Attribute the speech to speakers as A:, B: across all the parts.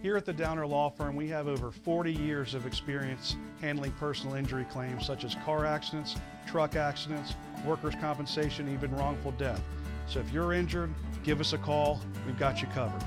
A: Here at the Downer Law Firm, we have over 40 years of experience handling personal injury claims such as car accidents, truck accidents, workers' compensation, even wrongful death. So if you're injured, give us a call. We've got you covered.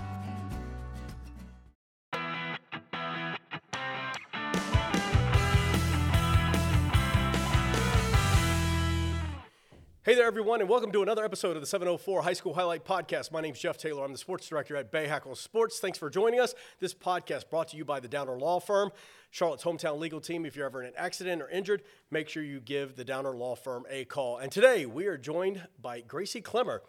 B: Hey there, everyone, and welcome to another episode of the 704 High School Highlight Podcast. My name is Jeff Taylor. I'm the sports director at Bay Hackle Sports. Thanks for joining us. This podcast brought to you by the Downer Law Firm, Charlotte's hometown legal team. If you're ever in an accident or injured, make sure you give the Downer Law Firm a call. And today we are joined by Gracie Clemmer,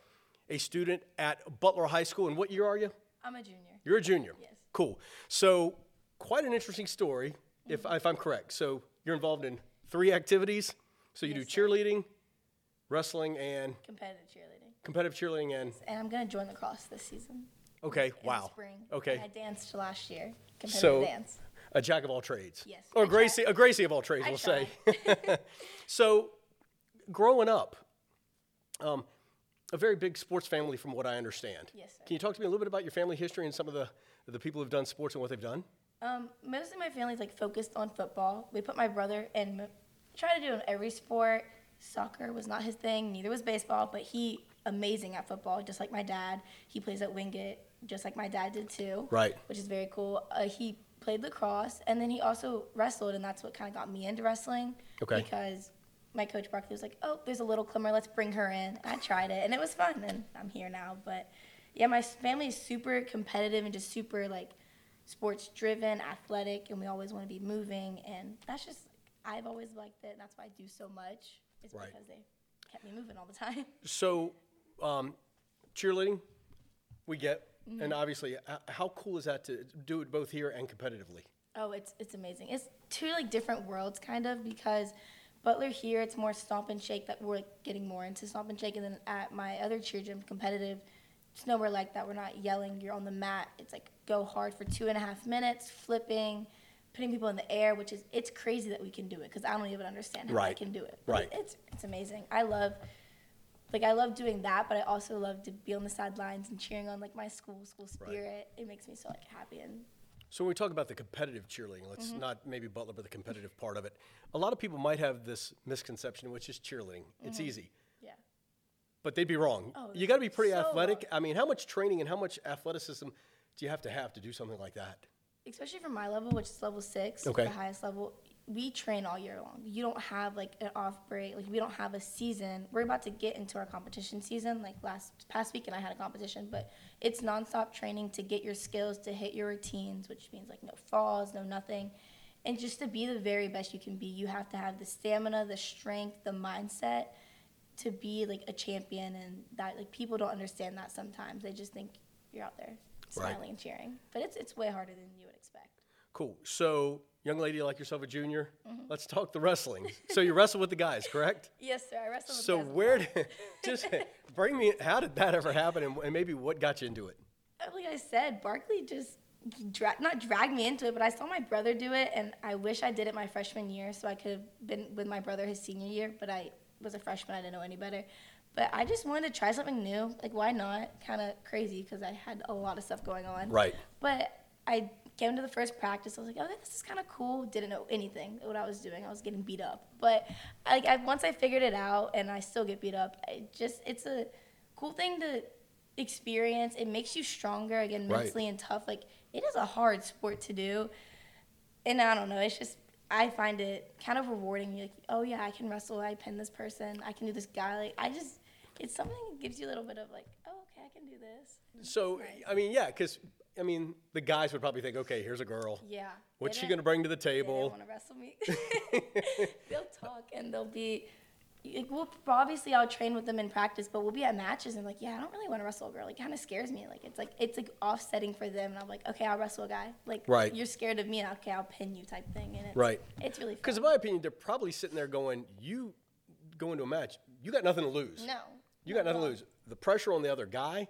B: a student at Butler High School. And what year are you?
C: I'm a junior.
B: You're a junior.
C: Yes.
B: Cool. So, quite an interesting story, if,
C: Mm-hmm.
B: if I'm correct. So, you're involved in three activities. So, you do cheerleading, wrestling, and
C: Competitive cheerleading.
B: competitive cheerleading, and
C: And I'm going to join lacrosse this season.
B: okay,
C: in the
B: wow,
C: spring. And I
B: okay,
C: danced last year. Competitive
B: So-
C: dance.
B: a jack of all trades.
C: Yes.
B: Or
C: I try.
B: Gracie, a Gracie of all trades,
C: I
B: we'll say. So, growing up, um, a very big sports family, from what I understand.
C: Yes, sir.
B: Can you talk to me a little bit about your family history and some of the the people who've done sports and what they've done?
C: Um, mostly my family's like focused on football. We put my brother in, mo- tried to do in every sport. Soccer was not his thing, neither was baseball, but he amazing at football, just like my dad. He plays at Wingate, just like my dad did too.
B: Right.
C: Which is very cool. Uh, he played lacrosse, and then he also wrestled, and that's what kind of got me into wrestling.
B: Okay.
C: Because my coach Barkley was like, "Oh, there's a little Clemmer, let's bring her in." And I tried it, and it was fun, and I'm here now. But yeah, my s- family is super competitive and just super like sports driven, athletic, and we always want to be moving. And that's just, I've always liked it. And that's why I do so much, is
B: Right.
C: because they kept me moving all the time.
B: So, um, cheerleading, we get,
C: Mm-hmm.
B: and obviously, h- how cool is that to do it both here and competitively?
C: Oh, it's, it's amazing. It's two like different worlds, kind of, because Butler here, it's more stomp and shake that we're getting more into stomp and shake. And then at my other cheer gym, competitive, it's nowhere like that. We're not yelling, you're on the mat. It's like go hard for two and a half minutes, flipping. Putting people in the air, which is it's crazy that we can do it because I don't even understand how I
B: Right.
C: can do it.
B: Right.
C: It's it's amazing. I love like I love doing that, but I also love to be on the sidelines and cheering on like my school, school spirit. It makes me so like happy and
B: So when we talk about the competitive cheerleading, let's
C: Mm-hmm.
B: not maybe Butler, but the competitive part of it. A lot of people might have this misconception, which is cheerleading. It's easy,
C: yeah.
B: but they'd be wrong.
C: Mm-hmm. Oh,
B: you got to be pretty
C: so
B: athletic. I mean, how much training and how much athleticism do you have to have to do something like that?
C: especially for my level, which is level six,
B: Okay.
C: the highest level, we train all year long. You don't have like an off break. Like we don't have a season. We're about to get into our competition season. Like last past weekend, I had a competition, but it's nonstop training to get your skills to hit your routines, which means like no falls, no nothing. And just to be the very best you can be, you have to have the stamina, the strength, the mindset to be like a champion. And that like people don't understand that sometimes. They just think you're out there
B: Right.
C: smiling and cheering. But it's it's way harder than you would expect.
B: Cool. So young lady like yourself, a junior,
C: Mm-hmm.
B: let's talk the wrestling. so you wrestle with the guys, correct?
C: Yes, sir. I wrestled with
B: So
C: guys.
B: where did just bring me? How did that ever happen, and, and maybe what got you into it?
C: Like I said, Barkley just dra- not dragged me into it, but I saw my brother do it, and I wish I did it my freshman year, so I could have been with my brother his senior year. But I was a freshman; I didn't know any better. But I just wanted to try something new. Like, why not? Kind of crazy because I had a lot of stuff going on.
B: Right.
C: But I came to the first practice. I was like, oh, this is kind of cool. Didn't know anything what I was doing. I was getting beat up. But like, I, once I figured it out, and I still get beat up. I just it's a cool thing to experience. It makes you stronger again
B: Right.
C: mentally and tough. Like it is a hard sport to do, and I don't know. It's just I find it kind of rewarding. You're like, oh yeah, I can wrestle. I pin this person. I can do this guy. Like I just. It's something that gives you a little bit of like, oh, okay, I can do this.
B: So I mean, yeah, because I mean, the guys would probably think, okay, here's a girl.
C: Yeah.
B: What's
C: They
B: she
C: didn't-
B: going to bring to the
C: They don't
B: table?
C: want to wrestle me. they'll talk and they'll be. Like, well, obviously I'll train with them in practice, but we'll be at matches and like, yeah, I don't really want to wrestle a girl. Like, kind of scares me. Like, it's like it's like offsetting for them, and I'm like, okay, I'll wrestle a guy. Like,
B: Right.
C: You're scared of me, and okay, I'll pin you type thing. And it's,
B: Right.
C: It's really fun.
B: Because in my opinion, they're probably sitting there going, "You go into a match, you got nothing to lose.
C: no,
B: you got nothing to lose. The pressure on the other guy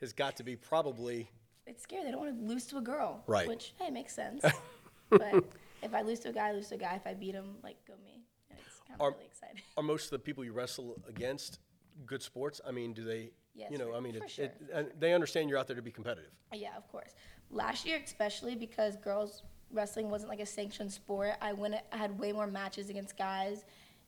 B: has got to be probably
C: it's scary. They don't want to lose to a girl.
B: Right.
C: Which hey, makes sense. but if I lose to a guy, I lose to a guy. If I beat him, like go me. And it's kind
B: Are-
C: of really exciting.
B: are most of the people you wrestle against good sports? I mean, do they?
C: Yes,
B: you know,
C: for-
B: I mean,
C: for
B: it, it, and they understand you're out there to be competitive.
C: Yeah, of course. Last year, especially because girls wrestling wasn't like a sanctioned sport, I went. I had way more matches against guys,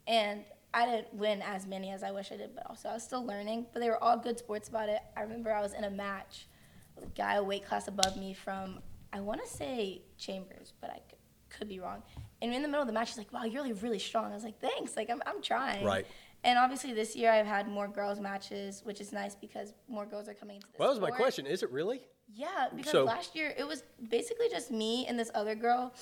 C: and I didn't win as many as I wish I did. But also, I was still learning. But they were all good sports about it. I remember I was in a match with a guy a weight class above me from I want to say Chambers, but I could, could be wrong. And in the middle of the match, he's like, "Wow, you're really really strong." I was like, "Thanks, like I'm I'm trying."
B: Right.
C: And obviously, this year I've had more girls matches, which is nice because more girls are coming into this.
B: Well, that was my
C: sport.
B: question. Is it really?
C: Yeah, because
B: So-
C: last year it was basically just me and this other girl,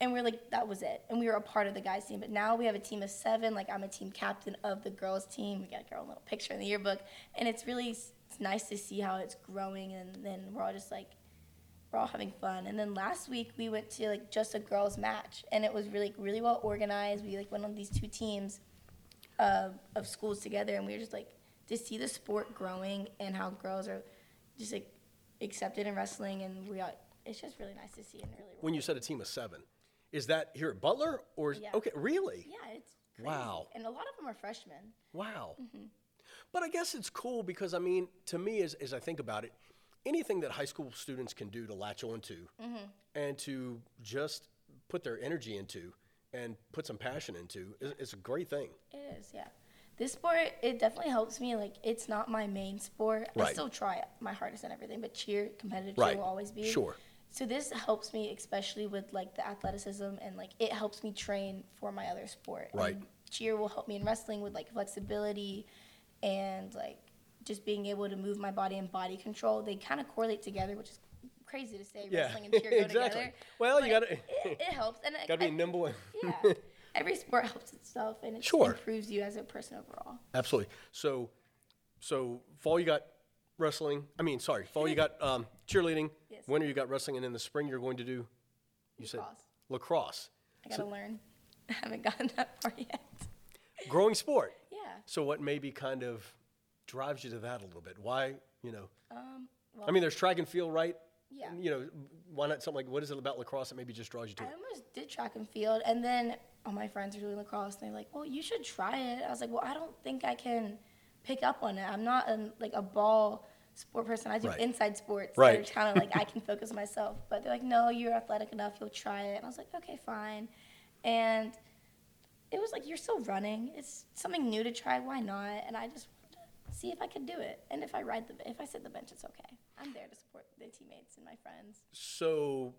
C: and we are like, that was it. And we were a part of the guys' team. But now we have a team of seven. Like, I'm a team captain of the girls' team. We got a girl little picture in the yearbook. And it's really s- it's nice to see how it's growing. And then we're all just like, we're all having fun. And then last week we went to like just a girls' match, and it was really, really well organized. We like went on these two teams uh, of schools together, and we were just like to see the sport growing and how girls are just like accepted in wrestling, and we all, it's just really nice to see and really
B: When you said a team of seven, is that here at Butler or is,
C: Yeah.
B: okay? Really?
C: yeah, it's crazy.
B: Wow.
C: and a lot of them are freshmen.
B: Wow.
C: Mm-hmm.
B: But I guess it's cool because I mean, to me, as, as I think about it, anything that high school students can do to latch on to
C: Mm-hmm.
B: and to just put their energy into and put some passion into is, is a great thing.
C: It is, yeah. This sport, it definitely helps me. Like, it's not my main sport.
B: Right.
C: I still try my hardest and everything, but cheer, competitive
B: Right.
C: cheer will always be.
B: Sure.
C: So this helps me, especially with like the athleticism and like it helps me train for my other sport.
B: Right.
C: And cheer will help me in wrestling with like flexibility and like just being able to move my body and body control. They kind of correlate together, which is crazy to say. Wrestling and cheer go together.
B: Well, you
C: but
B: gotta
C: It, it helps, and I-
B: gotta be
C: I-
B: nimble. and-
C: yeah. Every sport helps itself and it just
B: Sure.
C: improves you as a person overall.
B: Absolutely. So, so fall you got wrestling. I mean, sorry, fall you got um, cheerleading.
C: Yes.
B: Winter you got wrestling, and in the spring you're going to do. You said
C: Lacrosse.
B: lacrosse,
C: I gotta learn. I haven't gotten that far yet.
B: growing sport.
C: Yeah.
B: So what maybe kind of drives you to that a little bit? Why you know? I mean, there's track and field, right?
C: Um, Yeah.
B: You know, why not something like what is it about lacrosse that maybe just draws you to
C: I
B: it?
C: almost did track and field and then all my friends were doing lacrosse and they're like, Well, you should try it. I was like, Well, I don't think I can pick up on it. I'm not an, like a ball sport person. I do
B: Right.
C: inside sports that are
B: Right.
C: kinda like I can focus myself. But they're like, No, you're athletic enough, you'll try it and I was like, Okay, fine. And it was like you're still running. It's something new to try. Why not? And I just wanted to see if I could do it. And if I ride the if I sit the bench, it's okay. I'm there to support the teammates and my friends.
B: So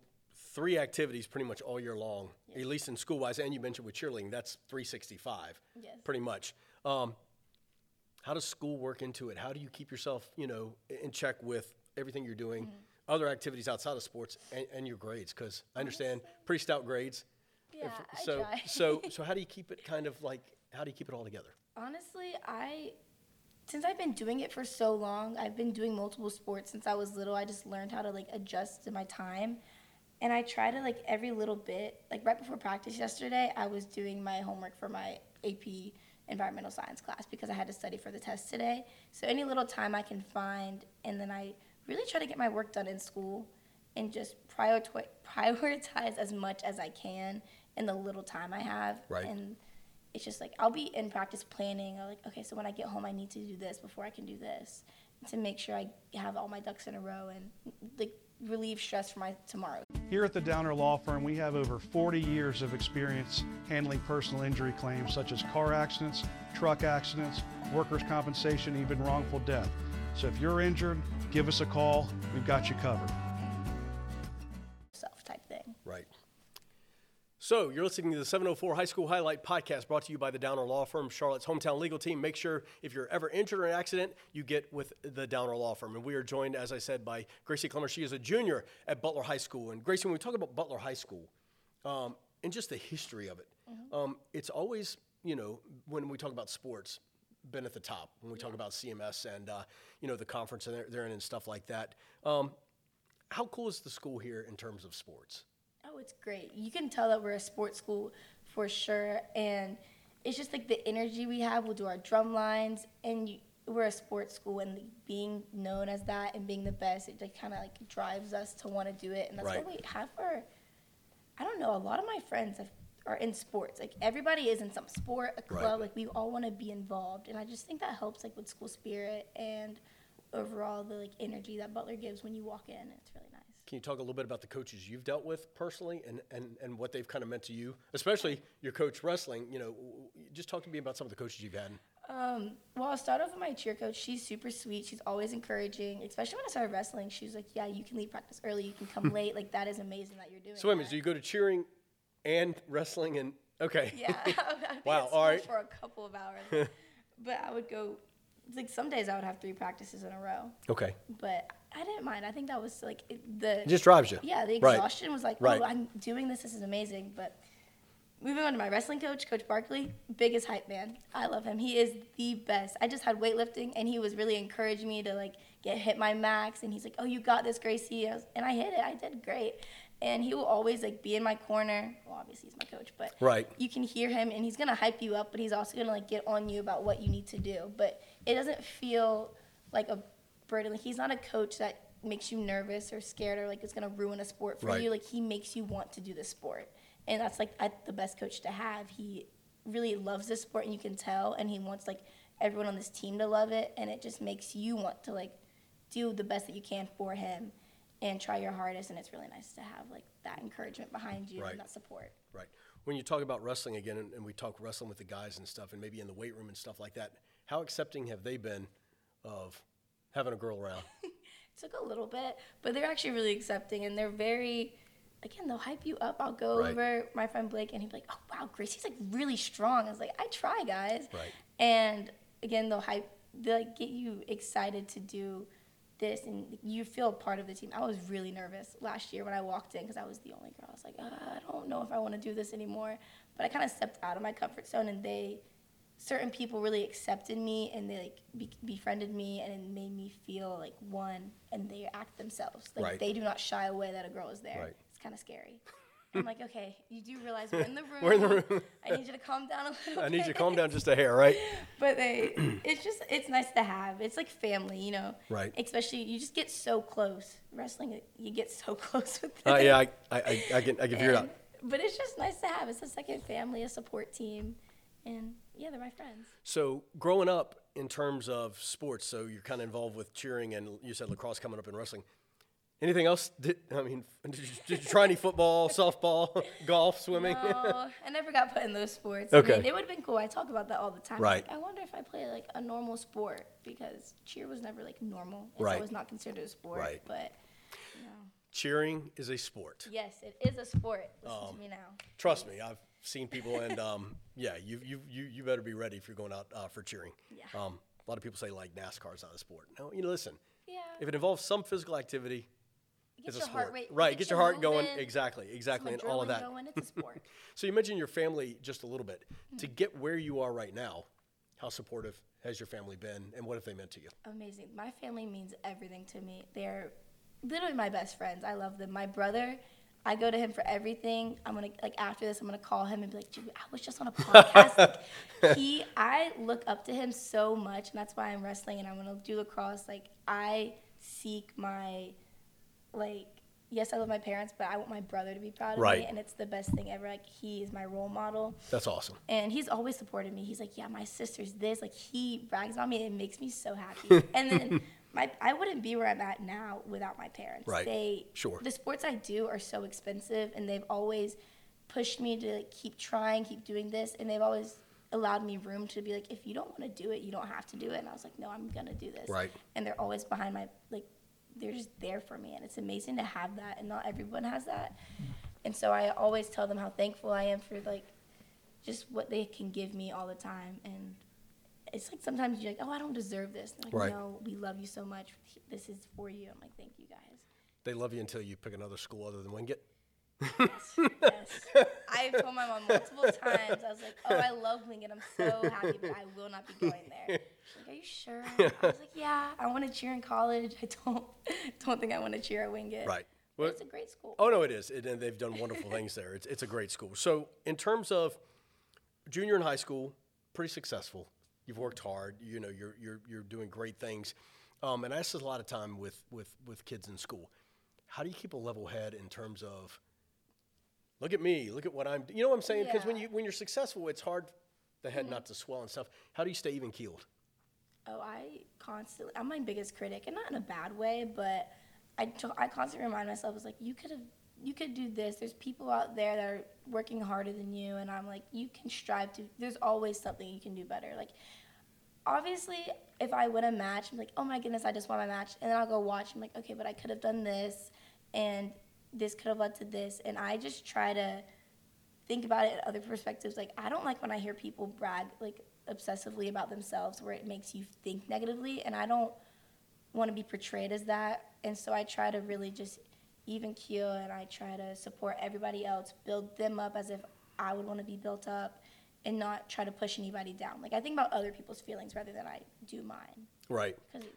B: three activities pretty much all year long, at least in school wise, and you mentioned with cheerleading, that's 365,
C: Yes.
B: pretty much. Um, how does school work into it? How do you keep yourself, you know, i- in check with everything you're doing,
C: Mm-hmm.
B: other activities outside of sports, and, and your grades? Because I understand pretty stout grades.
C: Yeah, I
B: so,
C: try.
B: so, so how do you keep it kind of like? How do you keep it all together?
C: Honestly, I since I've been doing it for so long, I've been doing multiple sports since I was little. I just learned how to like adjust to my time. And I try to like every little bit, like right before practice yesterday, I was doing my homework for my AP environmental science class because I had to study for the test today. So any little time I can find and then I really try to get my work done in school and just prioritize prioritize as much as I can in the little time I have.
B: Right.
C: And it's just like I'll be in practice planning. i like, okay, so when I get home, I need to do this before I can do this to make sure I have all my ducks in a row and like relieve stress for my tomorrow.
A: Here at the Downer Law Firm, we have over 40 years of experience handling personal injury claims such as car accidents, truck accidents, workers' compensation, even wrongful death. So if you're injured, give us a call. We've got you covered.
C: Self type thing.
B: Right. So you're listening to the 704 High School Highlight Podcast brought to you by the Downer Law Firm, Charlotte's hometown legal team. Make sure if you're ever injured or in an accident, you get with the Downer Law Firm. And we are joined, as I said, by Gracie Clemmer. She is a junior at Butler High School. And Gracie, when we talk about Butler High School, um, and just the history of it, um, it's always, you know, when we talk about sports, been at the top when we talk about CMS and, uh, you know, the conference and they're, they're in and stuff like that. Um, how cool is the school here in terms of sports?
C: Oh, it's great. You can tell that we're a sports school for sure, and it's just like the energy we have. We'll do our drum lines, and you, we're a sports school, and being known as that and being the best, it like, kind of like drives us to want to do it, and that's
B: Right.
C: what we have for. I don't know. A lot of my friends have, are in sports. Like everybody is in some sport, a club.
B: Right.
C: Like we all want to be involved, and I just think that helps like with school spirit and overall the like energy that Butler gives when you walk in. It's really nice.
B: Can you talk a little bit about the coaches you've dealt with personally and, and, and what they've kind of meant to you, especially your coach wrestling? You know, w- w- just talk to me about some of the coaches you've had.
C: Well, I'll start off with my cheer coach. She's super sweet. She's always encouraging, especially when I started wrestling. She was like, "Yeah, you can leave practice early. You can come late. Like that is amazing that you're doing."
B: So, wait a minute,
C: that."
B: so you go to cheering and wrestling and, okay.
C: Yeah. I think
B: Wow,
C: it's
B: all
C: good
B: right.
C: For a couple of hours, but I would go. Like some days I would have three practices in a row,
B: Okay.
C: but I didn't mind. I think that was like it- the
B: It just drives you.
C: yeah the
B: Right.
C: exhaustion was like,
B: Right.
C: "Oh, I'm doing this. This is amazing." But moving on to my wrestling coach, Coach Barkley, biggest hype man. I love him. He is the best. I just had weightlifting, and he was really encouraging me to like get hit my max. And he's like, "Oh, you got this, Gracie," I was, and I hit it. I did great. And he will always like be in my corner. Well, obviously he's my coach, but
B: Right.
C: you can hear him, and he's gonna hype you up, but he's also gonna like get on you about what you need to do. But it doesn't feel like a burden. Like he's not a coach that makes you nervous or scared or like it's gonna ruin a sport for
B: Right.
C: you. Like he makes you want to do the sport, and that's like I, the best coach to have. He really loves this sport, and you can tell, and he wants like everyone on this team to love it, and it just makes you want to like do the best that you can for him and try your hardest and it's really nice to have like that encouragement behind you
B: Right.
C: and that support
B: Right. When you talk about wrestling again, and, and we talk wrestling with the guys and stuff, and maybe in the weight room and stuff like that, how accepting have they been of having a girl around?
C: took a little bit, but they're actually really accepting and they're very again, they'll hype you up. I'll go
B: Right.
C: over my friend Blake and he'd be like, Oh wow, Gracie's like really strong. I was like, I try guys.
B: Right.
C: And again they'll hype they'll like, get you excited to do this and you feel part of the team. I was really nervous last year when I walked in because I was the only girl. I was like, uh, I don't know if I want to do this anymore. But I kind of stepped out of my comfort zone and they certain people really accepted me and they like be- befriended me and it made me feel like one and they act themselves like
B: Right.
C: they do not shy away that a girl is there
B: Right.
C: it's kind of scary i'm like okay you do realize we're in the room
B: We're in the
C: i need you to calm down a little
B: I need you to
C: bit.
B: calm down just a hair, right?
C: but they it's just it's nice to have it's like family you know
B: Right.
C: especially you just get so close wrestling you get so close with
B: Uh,
C: it.
B: yeah, I, I, I, I can, I can figure it out.
C: And- but it's just nice to have it's a second family a support team and yeah they're my friends
B: So growing up in terms of sports, so you're kind of involved with cheering, and you said lacrosse coming up in wrestling. Anything else? Did, I mean, did you, did you try any football, softball, golf, swimming?
C: No, I never got put in those sports.
B: Okay.
C: I mean, it would have been cool. I talk about that all the time.
B: Right.
C: Like, I wonder if I play like a normal sport because cheer was never like normal. It's
B: Right.
C: always not considered a sport.
B: Right.
C: But
B: Cheering is a sport.
C: yes, it is a sport. Listen
B: Um,
C: to me now.
B: Trust me, I've seen people, and um, yeah, you you you you better be ready if you're going out uh, for cheering.
C: Yeah.
B: Um, a lot of people say like NASCAR's not a sport. No, you know, listen,
C: Yeah.
B: if it involves some physical activity,
C: Get
B: it's
C: your
B: a sport.
C: heart rate.
B: right, get, your heart going.
C: moving,
B: Exactly,
C: some
B: exactly, and all of
C: adrenaline
B: that.
C: Going. It's a sport.
B: So you mentioned your family just a little bit. To get where you are right now, how supportive has your family been, and what have they meant to you?
C: amazing. My family means everything to me. They're literally my best friends. I love them. My brother, I go to him for everything. I'm gonna like after this, I'm gonna call him and be like, dude, I was just on a podcast. Like, he, I look up to him so much, and that's why I'm wrestling and I'm gonna do lacrosse. Like I seek my like. Yes, I love my parents, but I want my brother to be proud of
B: Right.
C: me, and it's the best thing ever. Like he is my role model
B: That's awesome.
C: and he's always supported me. He's like, "Yeah, my sister's this." Like he brags on me, and it makes me so happy. and then my I wouldn't be where I'm at now without my parents.
B: Right.
C: They
B: Sure.
C: The sports I do are so expensive, and they've always pushed me to like, keep trying, keep doing this, and they've always allowed me room to be like, "If you don't want to do it, you don't have to do it." And I was like, "No, I'm gonna do this."
B: Right.
C: And they're always behind my like, they're just there for me, and it's amazing to have that, and not everyone has that. And so I always tell them how thankful I am for like just what they can give me all the time and it's like sometimes you're like oh i don't deserve this and they're like
B: Right.
C: no we love you so much this is for you i'm like thank you guys
B: They love you until you pick another school other than Wingate.
C: yes i've told my mom multiple times i was like oh i love lincoln i'm so happy but i will not be going there She's like are you sure i was like yeah i want to cheer in college i don't don't think i want to cheer at wingate
B: Right.
C: But
B: Well-
C: it's a great school
B: Oh no, it is, it, and they've done wonderful things there. It's it's a great school. So in terms of junior and high school, pretty successful. You've worked hard. You know, you're you're you're doing great things. Um, and I spend a lot of time with with with kids in school. How do you keep a level head in terms of look at me, look at what I'm. You know what I'm saying? Because when
C: Yeah.
B: you when you're successful, it's hard the head not to swell and stuff. How do you stay even keeled?
C: Oh, I constantly, I'm my biggest critic, and not in a bad way, but I, t- I constantly remind myself, I was like, you could have, you could do this. There's people out there that are working harder than you, and I'm like, you can strive to. There's always something you can do better. Like, obviously, if I win a match, I'm like, oh my goodness, I just won my match, and then I'll go watch. I'm like, okay, but I could have done this, and this could have led to this, and I just try to think about it in other perspectives. Like, I don't like when I hear people brag like obsessively about themselves, where it makes you think negatively, and I don't want to be portrayed as that. And so I try to really just even keel and I try to support everybody else, build them up as if I would want to be built up and not try to push anybody down. Like I think about other people's feelings rather than I do mine.
B: Right.
C: 'Cause, yeah.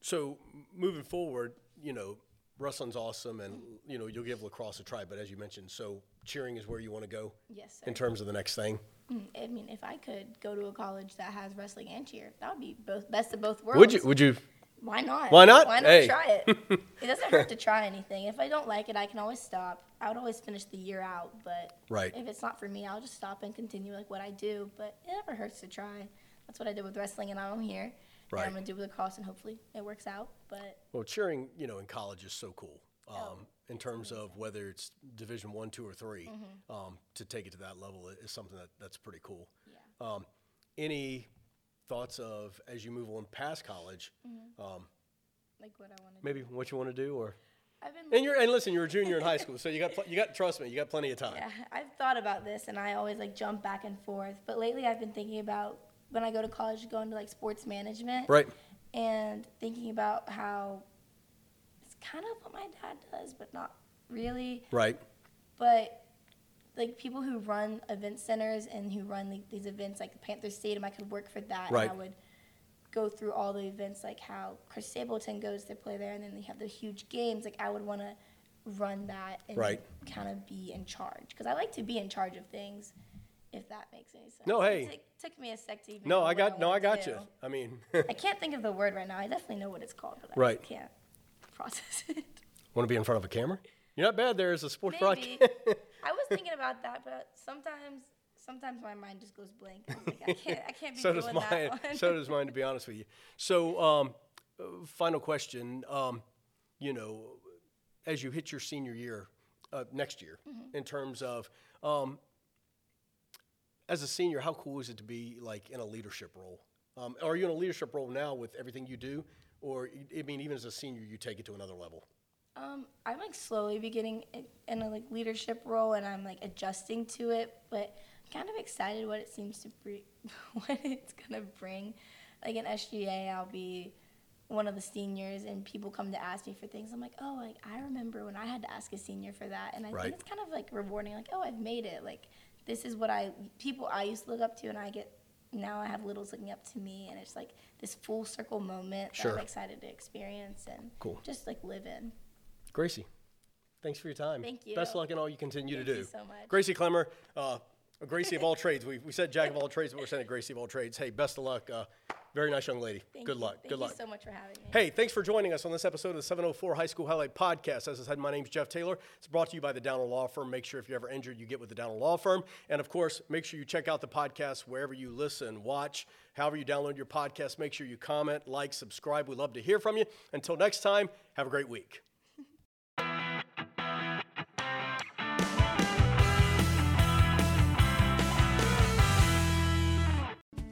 B: So m- moving forward, you know, wrestling's awesome, and you know you'll give lacrosse a try. But as you mentioned, so cheering is where you want to go
C: Yes, sir.
B: in terms of the next thing.
C: Mm, I mean, if I could go to a college that has wrestling and cheer, that would be both best of both worlds.
B: Would you? Would you?
C: Why not?
B: Why not?
C: Why not
B: Hey.
C: try it? it doesn't hurt to try anything. If I don't like it, I can always stop. I would always finish the year out, but
B: Right.
C: if it's not for me, I'll just stop and continue like what I do. But it never hurts to try. That's what I did with wrestling, and now I'm here. And
B: Right.
C: I'm gonna do it with lacrosse, and hopefully it works out. But
B: Well, cheering, you know, in college is so cool.
C: Oh,
B: Um, in terms of whether it's Division One, Two, or 3
C: Mm-hmm.
B: um, to take it to that level i- is something that, that's pretty cool.
C: Yeah.
B: Um, any thoughts of as you move on past college,
C: Mm-hmm.
B: um,
C: like what I want to do,
B: maybe what you want to do, or
C: I've been.
B: and you're and listen, you're a junior in high school, so you got pl- you got trust me, you got plenty of time.
C: Yeah, I've thought about this, and I always like jump back and forth. But lately, I've been thinking about when I go to college, going to like sports management.
B: Right.
C: and thinking about how it's kind of what my dad does, but not really.
B: Right.
C: But like people who run event centers and who run the, these events, like the Panther Stadium, I could work for that.
B: Right.
C: And I would go through all the events, like how Chris Stapleton goes to play there, and then they have the huge games. Like I would want to run that and
B: Right.
C: kind of be in charge because I like to be in charge of things. If that makes any sense.
B: No, hey.
C: It took, took me a sec to even.
B: No,
C: know
B: I
C: what
B: got no, I
C: wanted to
B: got you.
C: do.
B: I mean,
C: I can't think of the word right now. I definitely know what it's called, but
B: Right.
C: I can't process it.
B: want to be in front of a camera? You're not bad there as a sports
C: Maybe.
B: broadcast.
C: I was thinking about that, but sometimes sometimes my mind just goes blank. I, was like, I can't I can't be
B: so
C: doing
B: does
C: that
B: mine.
C: one.
B: So does mine. To be honest with you. So, um, uh, final question. Um, you know, as you hit your senior year uh, next year,
C: Mm-hmm.
B: in terms of um, as a senior, how cool is it to be like in a leadership role? Um, are you in a leadership role now with everything you do, or I mean, even as a senior, you take it to another level?
C: um, I'm like slowly beginning in- in a like leadership role, and I'm like adjusting to it. But I'm kind of excited what it seems to bring, what it's gonna bring. Like in SGA, I'll be one of the seniors, and people come to ask me for things. I'm like, oh, like I remember when I had to ask a senior for that, and I
B: Right.
C: think it's kind of like rewarding. Like, oh, I've made it. Like this is what I people I used to look up to, and I get now I have littles looking up to me, and it's like this full circle moment
B: Sure.
C: that I'm excited to experience and
B: Cool.
C: just like live in.
B: Gracie, thanks for your time.
C: Thank
B: Best
C: you.
B: luck in all you continue to
C: Thank
B: do.
C: you so much.
B: Gracie Clemmer, uh, a Gracie of all trades. We, we said Jack of all trades, but we're saying a Gracie of all trades. Hey, best of luck. Uh, very nice young lady.
C: Thank
B: Good
C: you.
B: luck.
C: Thank
B: Good luck.
C: you so much for having me.
B: Hey, thanks for joining us on this episode of the 704 High School Highlight Podcast. As I said, my name's Jeff Taylor. It's brought to you by the Downer Law Firm. Make sure if you're ever injured, you get with the Downer Law Firm. And of course, make sure you check out the podcast wherever you listen, watch, however you download your podcast. Make sure you comment, like, subscribe. We love to hear from you. Until next time, have a great week.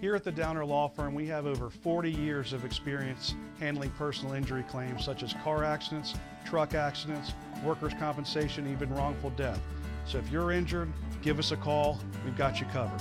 A: Here at the Downer Law Firm, we have over 40 years of experience handling personal injury claims such as car accidents, truck accidents, workers' compensation, even wrongful death. So if you're injured, give us a call. We've got you covered.